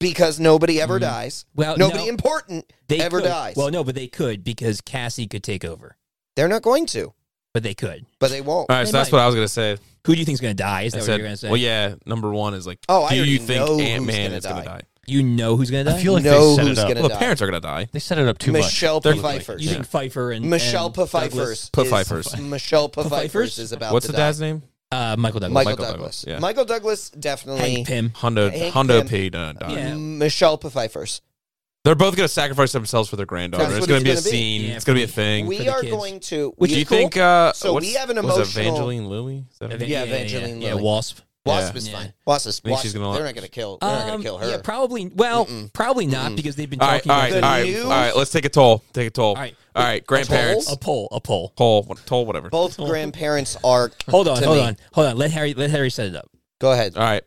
B: because nobody ever dies.
A: Well,
B: nobody
A: no,
B: important
A: they
B: ever
A: could.
B: dies.
A: Well, no, but they could because Cassie could take over,
B: They're not going to,
A: but they could.
B: but they won't.
C: All right, so
A: They
C: that's
A: might.
C: what I was gonna say.
A: Who do you think's going to die? Is
C: I
A: that what
C: said,
A: you're going to say?
C: well, yeah, number one is like,
B: Oh, I
C: do
B: already
C: you think
B: know who's
C: Ant Man
B: gonna
C: is gonna
B: die.
C: die?
A: you know who's going to die.
D: I feel like
B: know
D: they set
B: who's
D: it up.
B: gonna
C: Well,
B: die.
C: parents are gonna die.
D: They set it up too
B: Michelle
C: They're gonna-
B: Pfeiffer.
A: you think Pfeiffer and
B: Michelle
A: and Douglas-
B: Pfeiffer's
C: Pfeiffer's.
B: is- Michelle Pfeiffer's
A: Pfeiffer's?
B: is about
C: What's
B: to
C: the
B: die.
C: dad's name?
A: uh, Michael Douglas,
B: Michael,
C: Michael
B: Douglas.
C: Douglas, yeah.
B: Michael Douglas definitely.
A: Hank Pym.
C: Hondo
B: Hank
C: Hondo
B: Pym.
C: Paid uh, died.
A: Yeah.
B: Michelle Pfeiffer's.
C: They're both gonna sacrifice themselves for their
B: That's
C: granddaughter. It's
B: what
C: gonna
B: it's
C: be a
B: gonna be.
C: scene.
A: Yeah,
C: it's gonna be a
A: for the-
C: thing.
A: for
B: We
A: the
C: do
B: are
A: kids.
B: going to.
A: Which
B: we-
A: is
C: you
A: cool.
C: think? Uh,
B: So we
C: what's-
B: have an
C: was
B: emotional-
C: Evangeline Lilly. Is that her name?
B: Yeah,
A: yeah,
B: Evangeline
A: yeah,
B: Lilly.
A: Wasp.
B: Wasp is
A: Yeah.
B: fine. Wasp is.
C: Think
B: Wasp,
C: she's gonna-
B: they're not going to kill. They're not going
A: Um,
B: to kill her.
A: Yeah, probably. Well, probably not because they've been
C: All right,
A: talking
C: all right, all
A: about
C: right,
B: news.
C: all right. Let's take a toll. Take a toll. All
A: right.
C: right, all right. Grandparents,
A: a poll, a poll.
C: toll, what- toll, whatever. All
B: Both grandparents are.
A: Hold on,
B: to
A: hold
B: me.
A: on, hold on. Let Harry, let Harry set it up.
B: Go ahead.
C: right.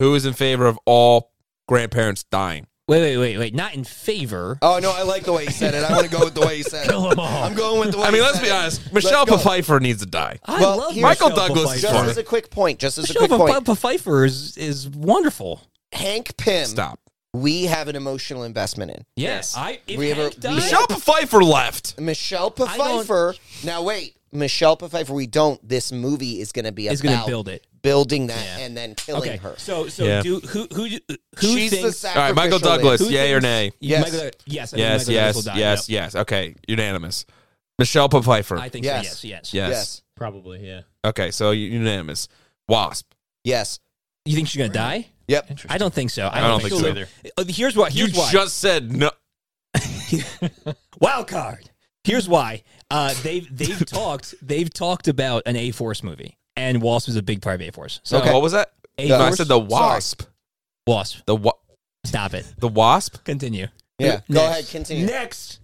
C: Who is in favor of all grandparents dying?
A: Wait, wait, wait, wait. Not in favor.
B: Oh no, I like the way he said it. I want to go with the way he said it.
D: Kill 'em all.
B: I'm going with the way.
C: I mean,
B: he
C: let's
B: said
C: be
B: it.
C: honest. Michelle
B: go.
C: Pfeiffer needs to die.
A: I
B: well,
A: love
B: here's- Michael
A: Michelle
C: Douglas
A: Pfeiffer.
C: is
B: Just
C: funny.
B: as a quick point. Just as a
A: Michelle
B: quick point.
A: Pfeiffer- Pfeiffer is is wonderful.
B: Hank Pym.
C: Stop.
B: We have an emotional investment in
A: Yes, I. If
B: We have a-
A: Hank died,
C: Michelle Pfeiffer left.
B: Michelle
A: I don't-
B: Pfeiffer. Now wait, Michelle Pfeiffer. We don't. This movie is going to be
A: is
B: about
A: going to build it.
B: building that
A: Yeah.
B: and then killing
A: Okay,
B: her.
A: so so
C: Yeah.
A: do who who who
B: She's
A: thinks?
B: the
C: All right,
B: sacrificial
C: Michael
B: lamb.
C: Douglas,
A: who
C: yay or
A: thinks-
C: nay?
B: Yes.
A: Michael, yes, I think
C: Yes,
A: Michael
C: yes,
A: Douglas will die.
C: yes,
A: Yep.
C: yes. Okay, unanimous. Michelle Pfeiffer.
A: I think
B: Yes.
A: so. Yes, yes,
C: yes.
B: Yes.
D: Probably, yeah.
C: Okay, so you- unanimous. Wasp.
B: Yes.
A: You think she's going to die?
B: Yep.
D: Interesting.
A: I don't think so. I
C: I
A: don't,
C: don't
A: think,
C: think
A: so
C: so.
A: either. Uh, Here's why. Here's
C: you
A: why.
C: just said no.
A: Wild card. Here's why. Uh, they've they've talked they've talked about an A Force movie, and Wasp is a big part of A Force. So
C: What was that?
A: A
C: No, I
A: Force?
C: said the wasp.
A: Wasp,
C: The wa-
A: stop it.
C: the wasp.
A: Continue.
B: Yeah.
A: Next.
B: Go ahead. Continue.
A: Next.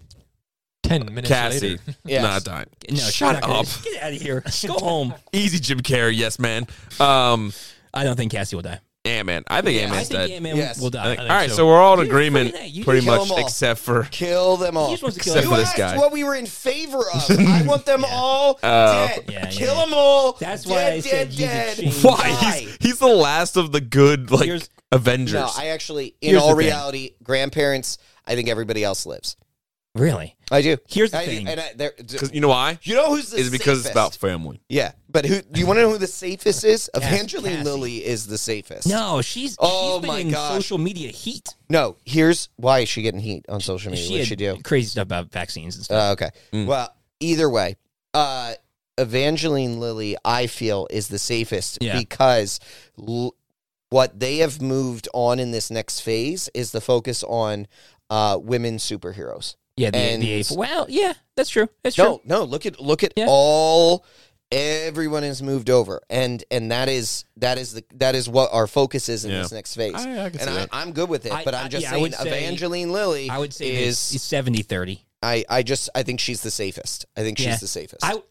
D: Ten minutes
C: Cassie.
D: later.
B: Yes.
C: Not dying.
A: No, she's
C: Shut
A: not gonna-
C: up.
A: Get out of here. Go home.
C: Easy, Jim Carrey. Yes, man. Um,
A: I don't think Cassie will die.
C: Ant Man. I think Ant
A: I
C: Man's
A: think
C: dead.
A: Ant Man
B: Yes.
A: will
C: I
A: die.
C: think-
D: I
C: all
D: think
C: right,
D: so.
C: so. we're all in
A: You're
C: agreement,
A: freaking right. You
C: pretty
A: just
B: kill 'em
C: much,
B: all.
C: except for
B: Kill them
A: He
B: all.
A: just wants to kill
C: Except
B: You
A: everyone.
C: for this
B: asked
C: guy.
B: what we were in favor of. I want them all
C: Uh,
B: dead.
A: Yeah, yeah,
B: Kill
A: yeah.
B: them all.
A: That's
B: dead,
A: why I
B: dead,
A: said you could
B: dead.
A: change-
C: why
B: Die.
C: he's, he's the last of the good like
A: Here's-
C: Avengers.
B: No, I actually, in
A: Here's
B: all
A: the thing.
B: reality, grandparents. I think everybody else lives.
A: Really?
B: I do.
A: Here's the
B: I do,
A: thing.
B: and I, they're-
C: 'Cause you know why?
B: you know who's the
C: Is because it's
B: safest?
C: about family.
B: Yeah, but who? Do you want to know who the safest is?
A: Yes,
B: Evangeline
A: Cassie.
B: Lilly is the safest.
A: No, she's.
B: Oh
A: she's been
B: my
A: in
B: gosh.
A: Social media heat.
B: no. Here's why is she getting heat on social media?
A: She
B: What
A: had
B: she do?
A: crazy stuff about vaccines and stuff.
B: Uh, okay.
C: Mm.
B: Well, either way, uh, Evangeline Lilly, I feel, is the safest
A: Yeah.
B: because l- what they have moved on in this next phase is the focus on uh, women superheroes.
A: yeah, the,
B: and-
A: the A Well, yeah, that's true. That's true.
B: No, no. Look at look at
A: Yeah.
B: all. Everyone has moved over, and and that is that is the that is what our focus is in
C: Yeah.
B: this next phase.
C: I- I
B: and
C: can see
B: I,
C: that.
B: I'm good with it,
A: I-
B: but
A: I-
B: I'm just
A: yeah, I
B: saying
A: would say-
B: Evangeline Lily.
A: I would say
B: is
A: is 70 30.
B: I I just I think she's the safest. I think
A: Yeah.
B: she's the safest.
A: I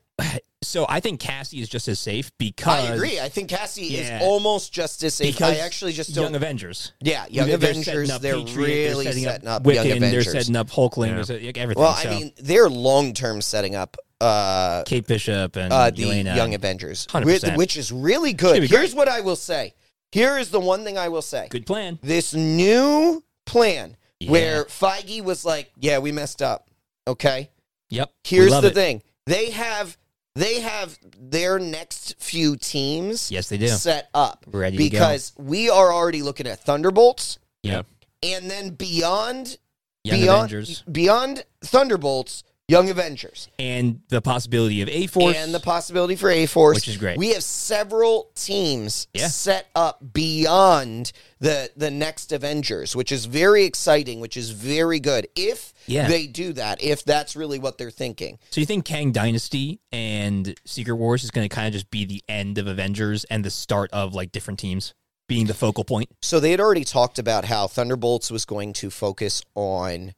A: So I think Cassie is just as safe
B: I
A: because
B: agree. I think Cassie
A: Yeah.
B: is almost just as safe.
A: Because
B: I actually just don't.
A: Young Avengers.
B: yeah, Young
A: They're setting
B: Avengers.
A: up
B: They're
A: Patriot,
B: really
A: setting,
B: up,
A: Wiccan,
B: Young Avengers.
A: They're setting up Hulkling.
C: Yeah.
A: They're setting, like, everything.
B: well, I
A: so.
B: mean, they're long term setting up. Uh,
A: Kate Bishop and
B: uh, the
A: Yelena.
B: Young Avengers,
A: 100%.
B: whi- which is really good.
A: gonna be great.
B: Here's what I will say. Here is the one thing I will say.
A: Good plan.
B: This new plan
A: Yeah.
B: where Feige was like, "Yeah, we messed up." Okay.
A: Yep. We
B: Here's
A: love
B: the
A: it.
B: thing. They have they have their next few teams
A: Yes, they do.
B: set up
A: Ready to go.
B: because we are already looking at Thunderbolts
A: Yeah.
B: and then beyond
A: Young
B: beyond
A: Avengers
B: beyond Thunderbolts, Young Avengers.
A: and the possibility of A Force
B: and the possibility for A Force,
A: Which is great.
B: We have several teams
A: Yeah.
B: set up beyond the the next Avengers, which is very exciting, which is very good. If
A: Yeah.
B: they do that, if that's really what they're thinking,
A: So you think Kang Dynasty and Secret Wars is going to kind of just be the end of Avengers and the start of like different teams being the focal point?
B: so they had already talked about how Thunderbolts was going to focus on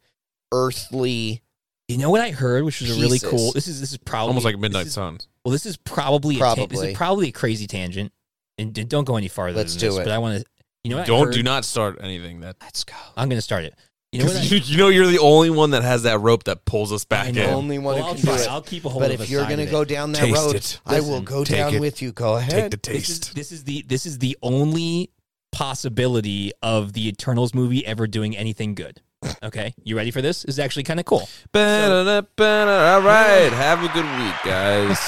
B: earthly
A: You know what I heard, which was a really
B: Jesus.
A: cool. This is this is probably
C: Almost like
A: this
C: Midnight
A: is-
C: Suns.
A: well, this is probably probably a ta- this
B: Probably.
A: is probably a crazy tangent, and d- don't go any farther.
B: Let's
A: than
B: do
A: this,
B: it.
A: But I want to. You know what? I
C: Don't
A: heard?
C: do not start anything that.
B: let's go.
A: I'm going to start it. You know what? I,
C: 'Cause You, you know you're the only one that has that rope that pulls us back
A: I
C: in.
A: know.
B: Only one
A: well,
B: who
A: I'll
B: can
A: try.
B: do it.
A: I'll keep a hold
B: But
A: of
B: if
A: a
B: you're
A: side
B: going to
A: of it.
B: go down that
C: Taste
B: road,
C: it.
B: I
A: Listen,
B: will go
C: take
B: down
C: it.
B: with you. Go
C: Take
B: ahead.
C: the
A: This is,
C: taste.
A: this is the this is the only possibility of the Eternals movie ever doing anything good. Okay, you ready for this? This is actually kind of cool.
C: Ba-da-da, ba-da. All right, have a good week, guys.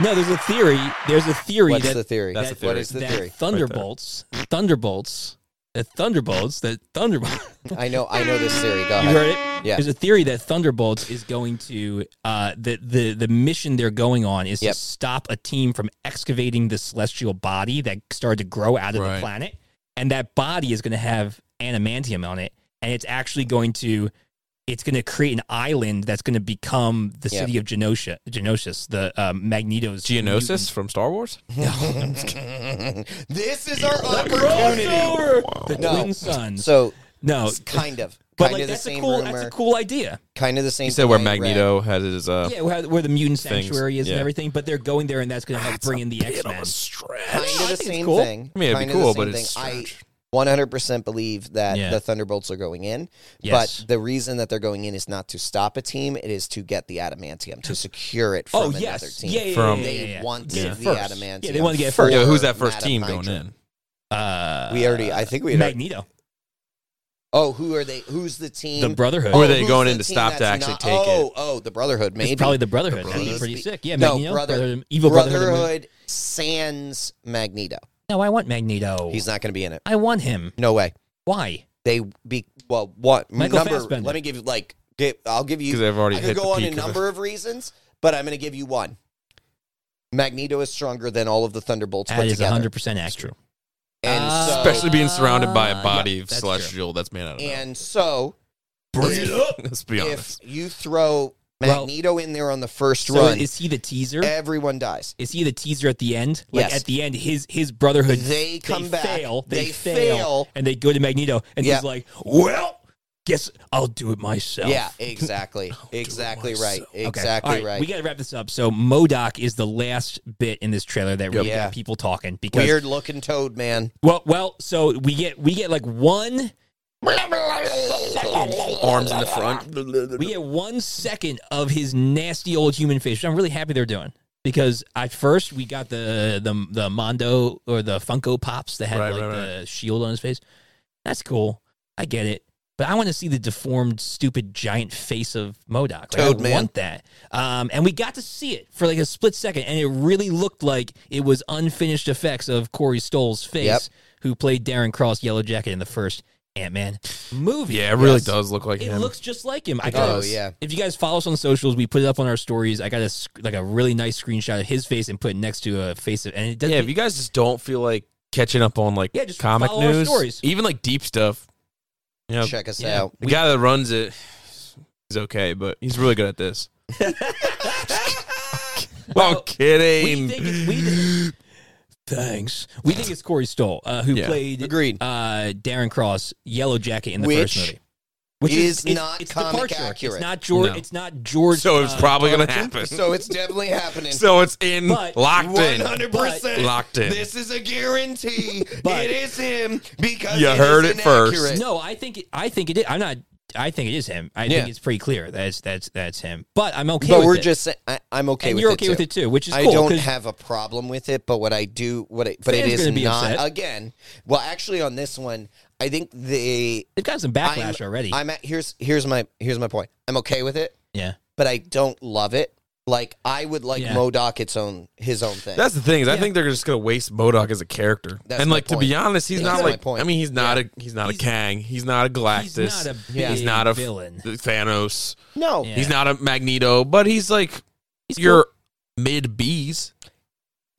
A: No, there's a theory. There's a theory
B: What's
A: that
B: the theory?
C: That's the
B: What
C: theory.
B: is the
A: that
B: theory?
A: thunderbolts, thunderbolts, that thunderbolts, that thunderbolts.
B: I know. I know this theory. Go
A: you
B: ahead.
A: heard it.
B: Yeah.
A: There's a theory that thunderbolts is going to uh, the the the mission they're going on is
B: Yep.
A: to stop a team from excavating the celestial body that started to grow out of the
C: Right.
A: planet, and that body is going to have animantium on it, and it's actually going to. It's going to create an island that's going to become the
B: Yep.
A: city of Genosha, Genosis, the um, Magneto's
C: Geonosis from Star Wars.
B: this is our opportunity.
A: the
B: No.
A: twin sons.
B: So,
C: Oh,
A: No,
B: it's kind of,
A: but
B: kind
A: like
B: of the
A: that's a
B: same
A: cool that's
B: rumor,
A: a cool idea.
B: kind of the same.
C: You said where
B: thing I read.
C: Magneto had his uh,
A: Yeah, where, where the mutant
C: Things,
A: sanctuary is and
C: yeah.
A: everything, but they're going there, and that's going to help bring in the X Men.
C: stretch.
A: I
B: Kind of the
A: think it's
B: same
A: cool.
B: thing.
C: I mean, it'd be
B: kind
C: cool,
B: of the
C: but
B: same
C: it's
B: thing.
C: strange.
B: I 100% believe that
A: Yeah.
B: the Thunderbolts are going in,
A: Yes.
B: but the reason that they're going in is not to stop a team; it is to get the adamantium to secure it from
A: Oh
B: another
A: yes,
B: team.
A: yeah, yeah,
C: From-
A: yeah, yeah,
B: They
A: yeah.
B: want
A: Get it
B: the
A: first.
B: adamantium.
A: Yeah, they want to get it
B: for
A: first.
C: Yeah, who's that first
B: Madame
C: team going
B: Hydra.
C: in?
A: Uh,
B: We already, I think we had. already-
A: Magneto,
B: Oh, who are they? Who's the team?
A: the Brotherhood.
C: Who are
B: Oh,
C: they
B: who's
C: going
B: the
C: in to
B: team
C: stop to
B: that's
C: actually
B: not-
C: take it?
B: oh, Oh, the Brotherhood, maybe.
A: It's probably the Brotherhood.
B: The
A: That'd be
B: Brotherhood.
A: pretty sick. Yeah,
B: No,
A: Magneto,
B: brother-
A: Brotherhood- evil Brotherhood. of Mag-
B: Brotherhood sans Magneto.
A: No, I want Magneto.
B: He's not going to be in it.
A: I want him.
B: No way.
A: Why?
B: They be well. What
A: Michael
B: number?
A: Fassbender.
B: Let me give you like. Give, I'll give
C: Because
B: you.
C: I've already
B: I
C: hit
B: could
C: the
B: go on
C: peak
B: a
C: of it.
B: number of reasons, but I'm going to give you one. Magneto is stronger than all of the Thunderbolts
A: That
B: put
A: is
B: together,
A: hundred percent accurate.
B: and
A: Ah.
B: so
C: especially being surrounded by
A: Uh,
C: a body
A: yeah,
C: of
A: that's
C: celestial that's made out of metal.
B: and so
C: Bring it up. Let's be
B: if
C: honest.
B: you throw
A: Well-
B: Magneto in there on the first
A: So
B: run,
A: is he the teaser?
B: everyone dies.
A: Is he the teaser at the end? Like
B: Eh. Yes.
A: at the end, his his brotherhood
B: They come back.
A: fail. They,
B: They
A: fail,
B: fail.
A: and they go to Magneto, and
B: Yeah.
A: he's like, "Well, guess I'll do it myself."
B: Yeah, exactly. exactly right.
A: Okay.
B: Exactly
A: All
B: right.
A: We got to wrap this up. So Modoc is the last bit in this trailer that really
B: Yeah.
A: got people talking because
B: Weird looking toad, man.
A: well, well, so we get we get like one
C: Arms in the front.
A: we get one second of his nasty old human face. Which I'm really happy they're doing because at first we got the the the Mondo or the Funko Pops that had
C: Right,
A: like
C: right,
A: the shield on his face. That's cool. I get it. But I want to see the deformed, stupid, giant face of Modoc. Like,
B: Toad
A: I
B: man.
A: want that. Um, and we got to see it for like a split second, and it really looked like it was unfinished effects of Corey Stoll's face,
B: Yep.
A: who played Darren Cross Yellow Jacket in the first Ant Man movie.
C: Yeah, it really
B: Yes.
C: does look like
A: It
C: him.
A: looks just like him. I
B: Oh,
A: gotta-
B: yeah.
A: If you guys follow us on socials, we put it up on our stories. I got a sc- like a really nice screenshot of his face and put it next to a face of and it does
C: yeah, if you guys just don't feel like catching up on like
A: Yeah, just
C: comic
A: follow our
C: news,
A: stories.
C: even like deep stuff. Yeah,
B: Check us
A: Yeah.
B: out.
C: the guy that runs it is okay, but he's really good at this.
A: Well,
C: I'm kidding.
A: we think it's, we think, thanks. We think it's Corey Stoll uh, who
C: Yeah.
A: played
B: Agreed.
A: uh, Darren Cross Yellow Jacket in the
B: Which
A: first movie. Which
B: Is not comic
A: departure.
B: accurate.
A: It's not George.
C: No.
A: It's not George.
C: So it's
A: uh,
C: probably going to
A: Carlin.
C: happen. So,
B: So it's definitely happening.
C: it's in
A: But-
C: locked in.
B: 100%
C: Locked in.
B: This is a guarantee.
A: But-
B: it is him because
C: You
B: it is
C: heard it first.
B: inaccurate.
A: No, I think it, I think it is. I'm not. I think it is him. I
B: Yeah.
A: think it's pretty clear. That's that's that's him. But I'm okay.
B: but
A: with
B: we're
A: it.
B: just saying, I, I'm okay
A: and
B: with
A: you're
B: it
A: okay
B: too.
A: with it too, which is
B: I
A: cool.
B: don't
A: 'cause-
B: have a problem with it, but what I do, what I, but it
A: Fans
B: is
A: gonna be
B: not
A: upset.
B: again. Well, actually, on this one, I think the
A: they've got some backlash already.
B: I'm at here's here's my here's my point. I'm okay with it,
A: yeah,
B: but I don't love it. Like I would like
A: Yeah.
B: Modoc its own his own thing.
C: That's the thing is, I
A: Yeah.
C: think they're just gonna waste Modoc as a character.
B: That's
C: and
B: my
C: like to
B: point.
C: be honest, he's
B: Yeah.
C: not
B: That's my
C: like.
B: point.
C: I mean, he's not a he's not a Kang. He's not a
A: he's
C: Galactus.
A: not a big
B: Yeah.
C: he's not a
A: villain.
C: Thanos.
B: no,
A: Yeah.
C: He's not a Magneto. But he's like
A: He's cool.
C: your mid B's.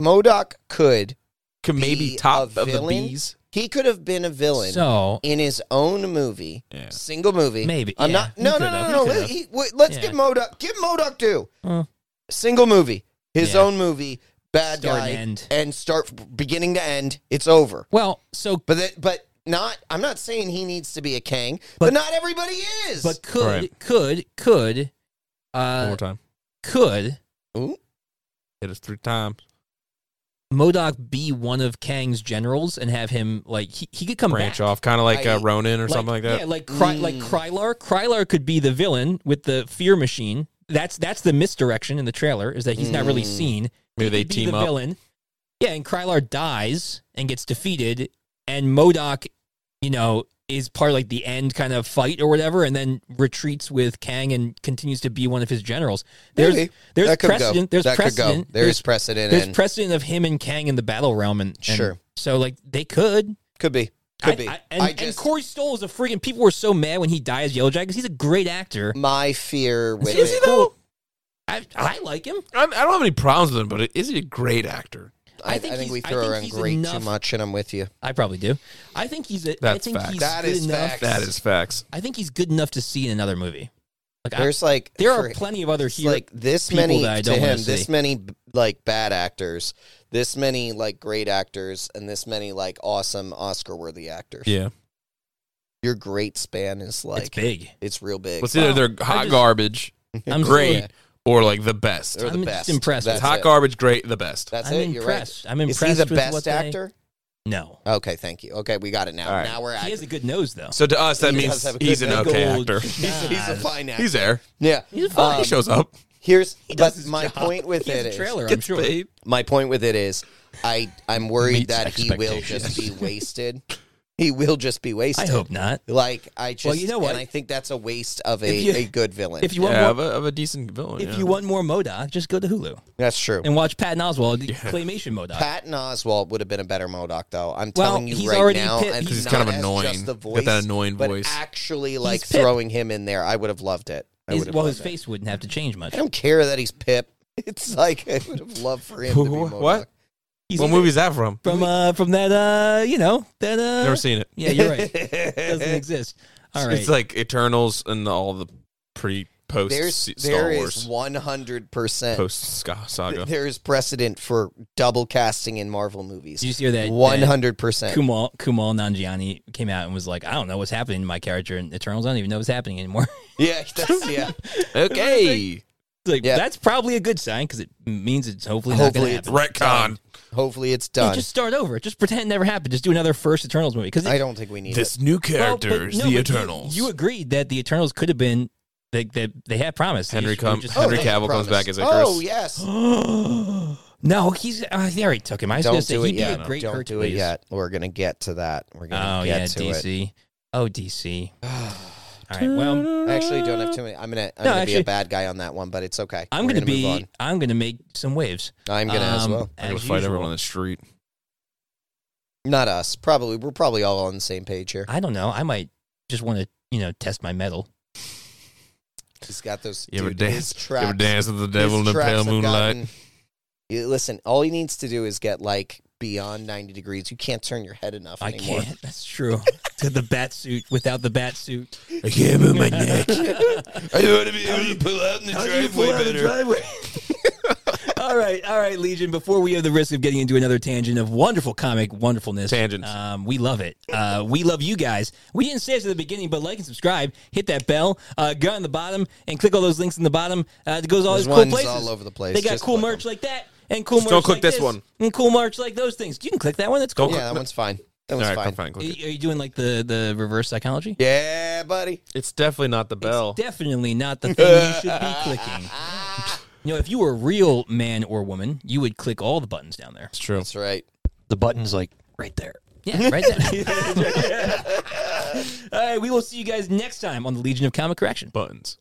B: Modoc could
C: Could maybe
B: Be
C: top
B: a
C: of the
B: villain?
C: B's.
B: he could have been a villain
A: so
B: in his own movie,
C: Yeah.
B: single movie.
A: Maybe,
B: I'm
A: yeah.
B: not. No,
A: He
B: no,
A: could've,
B: no,
A: he
B: no.
A: could've.
B: Let, he, wait, let's
A: Yeah.
B: give Modoc. Give Modoc due.
A: Huh.
B: Single movie, his
A: Yeah.
B: own movie, bad
A: Start
B: guy,
A: and end.
B: and start f- beginning to end. It's over.
A: well, so
B: But that, but not. I'm not saying he needs to be a king, but,
A: But-
B: not everybody is.
A: but could
C: Right.
A: could could
C: One
A: uh
C: more time.
A: could
B: Ooh,
C: Hit us three times.
A: Modoc be one of Kang's generals and have him like he, he could come
C: Branch
A: back.
C: off, kind of like
B: I-
C: uh, Ronin or something like that.
A: Yeah, like Cry,
B: Mm.
A: like Krylar. Krylar could be the villain with the fear machine. That's that's the misdirection in the trailer is that he's not really
B: Mm.
A: seen.
C: Maybe they
A: He'd be
C: team
A: the
C: up.
A: villain. Yeah, and Krylar dies and gets defeated, and Modoc, you know, is part of like the end kind of fight or whatever, and then retreats with Kang and continues to be one of his generals. There's
B: Maybe.
A: there's
B: that could
A: precedent.
B: go.
A: There's
B: that
A: precedent.
B: could go. There's,
A: There's-
B: precedent,
A: there's
B: and
A: precedent of him and Kang in the battle realm, and, and
B: Sure.
A: So like they could,
B: could be. Could
A: I-
B: be.
A: I- and,
B: I
A: and
B: just-
A: Corey Stoll is a freaking. People were so mad when he died as Yellow Jacket. 'cause He's a great actor.
B: my fear with
A: Is he
B: it-
A: though? I, I like him.
C: I, I don't have any problems with him, but is he a great actor?
B: I,
A: I
B: I
A: think
B: think,
A: he's-
B: we
A: I
B: throw
A: think
B: around
A: he's
B: great too
A: enough-
B: much, and I'm with you.
A: I probably do. I think he's a. I
C: That's
A: think
C: facts.
A: he's
B: That
A: good
B: is
A: enough.
B: facts.
C: That is facts.
A: I think he's good enough to see in another movie. Like I,
B: There's like
A: there are
B: for-
A: plenty of other
B: it's
A: heroes.
B: like this
A: people
B: many
A: that I
B: to
A: don't wanna
B: him, this
A: see.
B: many like bad actors, this many like great actors, and this many like awesome Oscar-worthy actors.
C: Yeah.
B: Your great span is like
A: it's big.
B: it's real big.
C: Well, it's either they're
A: I
C: hot
A: just-
C: garbage,
A: I'm
C: great,
A: so-
C: or like the best.
B: They're the
A: I'm
B: best.
A: just impressed.
B: That's
C: It's hot
B: it.
C: garbage, great, the best.
B: That's
A: I'm
B: it. You're right.
A: impressed. I'm
B: Is
A: impressed.
B: he the
A: with what
B: best
A: they-
B: actor?
A: No,
B: Okay, thank you. Okay, we got it now.
C: All right.
B: Now we're
A: he
B: at.
A: has a good nose though.
C: So to us, that
B: He does
C: means
B: have a
C: he's
B: good
C: an
B: nose.
C: okay
A: Gold.
C: actor.
B: He's, he's a
A: God.
B: fine actor.
C: He's there.
B: yeah.
A: He's fine.
B: Um,
C: he shows up.
B: Here's
A: does
B: but
A: his
B: my
A: job.
B: point with
A: He has
B: it
A: a
B: is
A: trailer. I'm
C: Gets
A: sure.
C: paid.
B: my point with it is I I'm worried
C: Meets
B: that he will just be
C: expectations.
B: wasted. He will just be
A: I
B: wasted.
A: hope not.
B: Like I just,
A: you know what?
B: and I think that's a waste of a,
A: If you-
B: a good villain.
A: If you want
C: yeah,
A: more,
C: of a, of a decent villain.
A: if
C: yeah.
A: you want more Modoc, just go to Hulu
B: that's true.
A: and watch Patton Oswald claymation Modoc.
B: Patton Oswald would have been a better Modoc, though. I'm
A: Uh, Well,
B: telling you
A: he's
B: right
A: already
B: now,
A: pit-
B: and
A: he's
B: not
C: kind of
B: as
C: annoying.
B: Just the
C: Got
B: voice,
C: that annoying
B: but
C: voice.
B: Actually, like
A: Pip.
B: throwing him in there, I would have loved it. I
A: His-
B: would have
A: well,
B: loved
A: his
B: it.
A: face wouldn't have to change much.
B: I don't care that he's Pip. It's like I would have loved for him to be
C: Who- what?
B: Modoc.
A: He's
C: what
A: either
C: movie is that from?
A: from uh from that uh you know that uh
C: Never seen it.
A: yeah you're right doesn't exist. All right,
C: It's like Eternals and all the pre post
B: There's
C: Star
B: there is
C: Wars
B: 100 percent
C: post Ska- saga.
B: There is precedent for double casting in Marvel movies.
A: did you hear that?
B: One
A: that-
B: hundred percent.
A: Kumal Kumal Nanjiani came out and was like, I don't know what's happening to my character in Eternals. I don't even know what's happening anymore.
B: Yeah, that's, yeah.
C: Okay,
A: It's like
B: Yeah.
A: that's probably a good sign because it means it's hopefully
B: Hopefully
A: not
B: it's
A: going to happen.
C: retcon.
B: Hopefully, it's
A: Yeah,
B: done.
A: just start over. Just pretend it never happened. Just do another first Eternals movie because
B: I don't think we need
C: This new character is the Eternals.
A: You, agreed that the Eternals could have been that they, they, had promised
C: Henry,
A: You
C: come,
A: just-
B: it.
C: Henry
B: Oh,
C: Cavill comes
B: promise.
C: back as Icarus.
B: Oh yes.
A: no, he's uh, they already took him. I was going to
B: Don't
A: say
B: do
A: he'd
B: it
A: be
B: yet.
A: a great
B: don't
A: Hercules.
B: do it yet. We're gonna get to that. We're gonna
A: Oh
B: get
A: yeah,
B: to it.
A: DC. Oh DC. All right. Well,
B: I actually don't have too many. I'm gonna. I'm
A: No,
B: gonna be
A: actually-
B: a bad guy on that one, but it's okay.
A: I'm
B: We're
A: gonna,
B: move
A: be.
B: on.
A: I'm gonna make some waves.
B: I'm gonna as
A: Um,
B: well.
C: I'm gonna
A: as
C: fight everyone
A: usual.
C: on the street.
B: Not us. Probably. We're probably all on the same page here.
A: I don't know. I might just want to, you know, test my metal.
B: He's got those.
C: You ever
B: dude, his
C: dance? You ever
B: traps-
C: dance with the devil in
B: His
C: the
B: tracks
C: pale
B: have
C: moonlight?
B: gotten- You- listen, all he needs to do is get like beyond 90 degrees. You can't turn your head enough
A: I
B: anymore.
A: can't. That's true. to the bat suit without the bat suit.
C: I can't move my neck.
A: How
C: I want to be able to pull out in the
A: do you pull out of the driveway? all right, all right, Legion. Before we have the risk of getting into another tangent of wonderful comic wonderfulness,
C: Tangents.
A: Um, we love it. Uh, we love you guys. We didn't say it at the beginning, but like and subscribe, hit that bell, uh, go on the bottom, and click all those links in the bottom. Uh, it goes all
B: There's
A: these cool
B: ones
A: places.
B: all over the place.
A: They got
B: Just
A: cool
B: click
A: merch like that, and cool merch
C: don't click
A: like
C: this one.
A: and cool merch like those things. You can click that one. That's cool.
C: Don't
B: Yeah, that one's fine. That one's
C: All right,
B: fine.
C: fine, fine. click
A: Are
C: it.
A: you are you doing like the the reverse psychology?
B: Yeah, buddy.
C: It's definitely not the bell.
A: It's definitely not the thing you should be clicking. You know, if you were a real man or woman, you would click all the buttons down there.
C: it's true.
B: That's right.
D: The button's like right there.
A: Yeah, right there. all right, we will see you guys next time on the Legion of Comic Correction.
C: Buttons.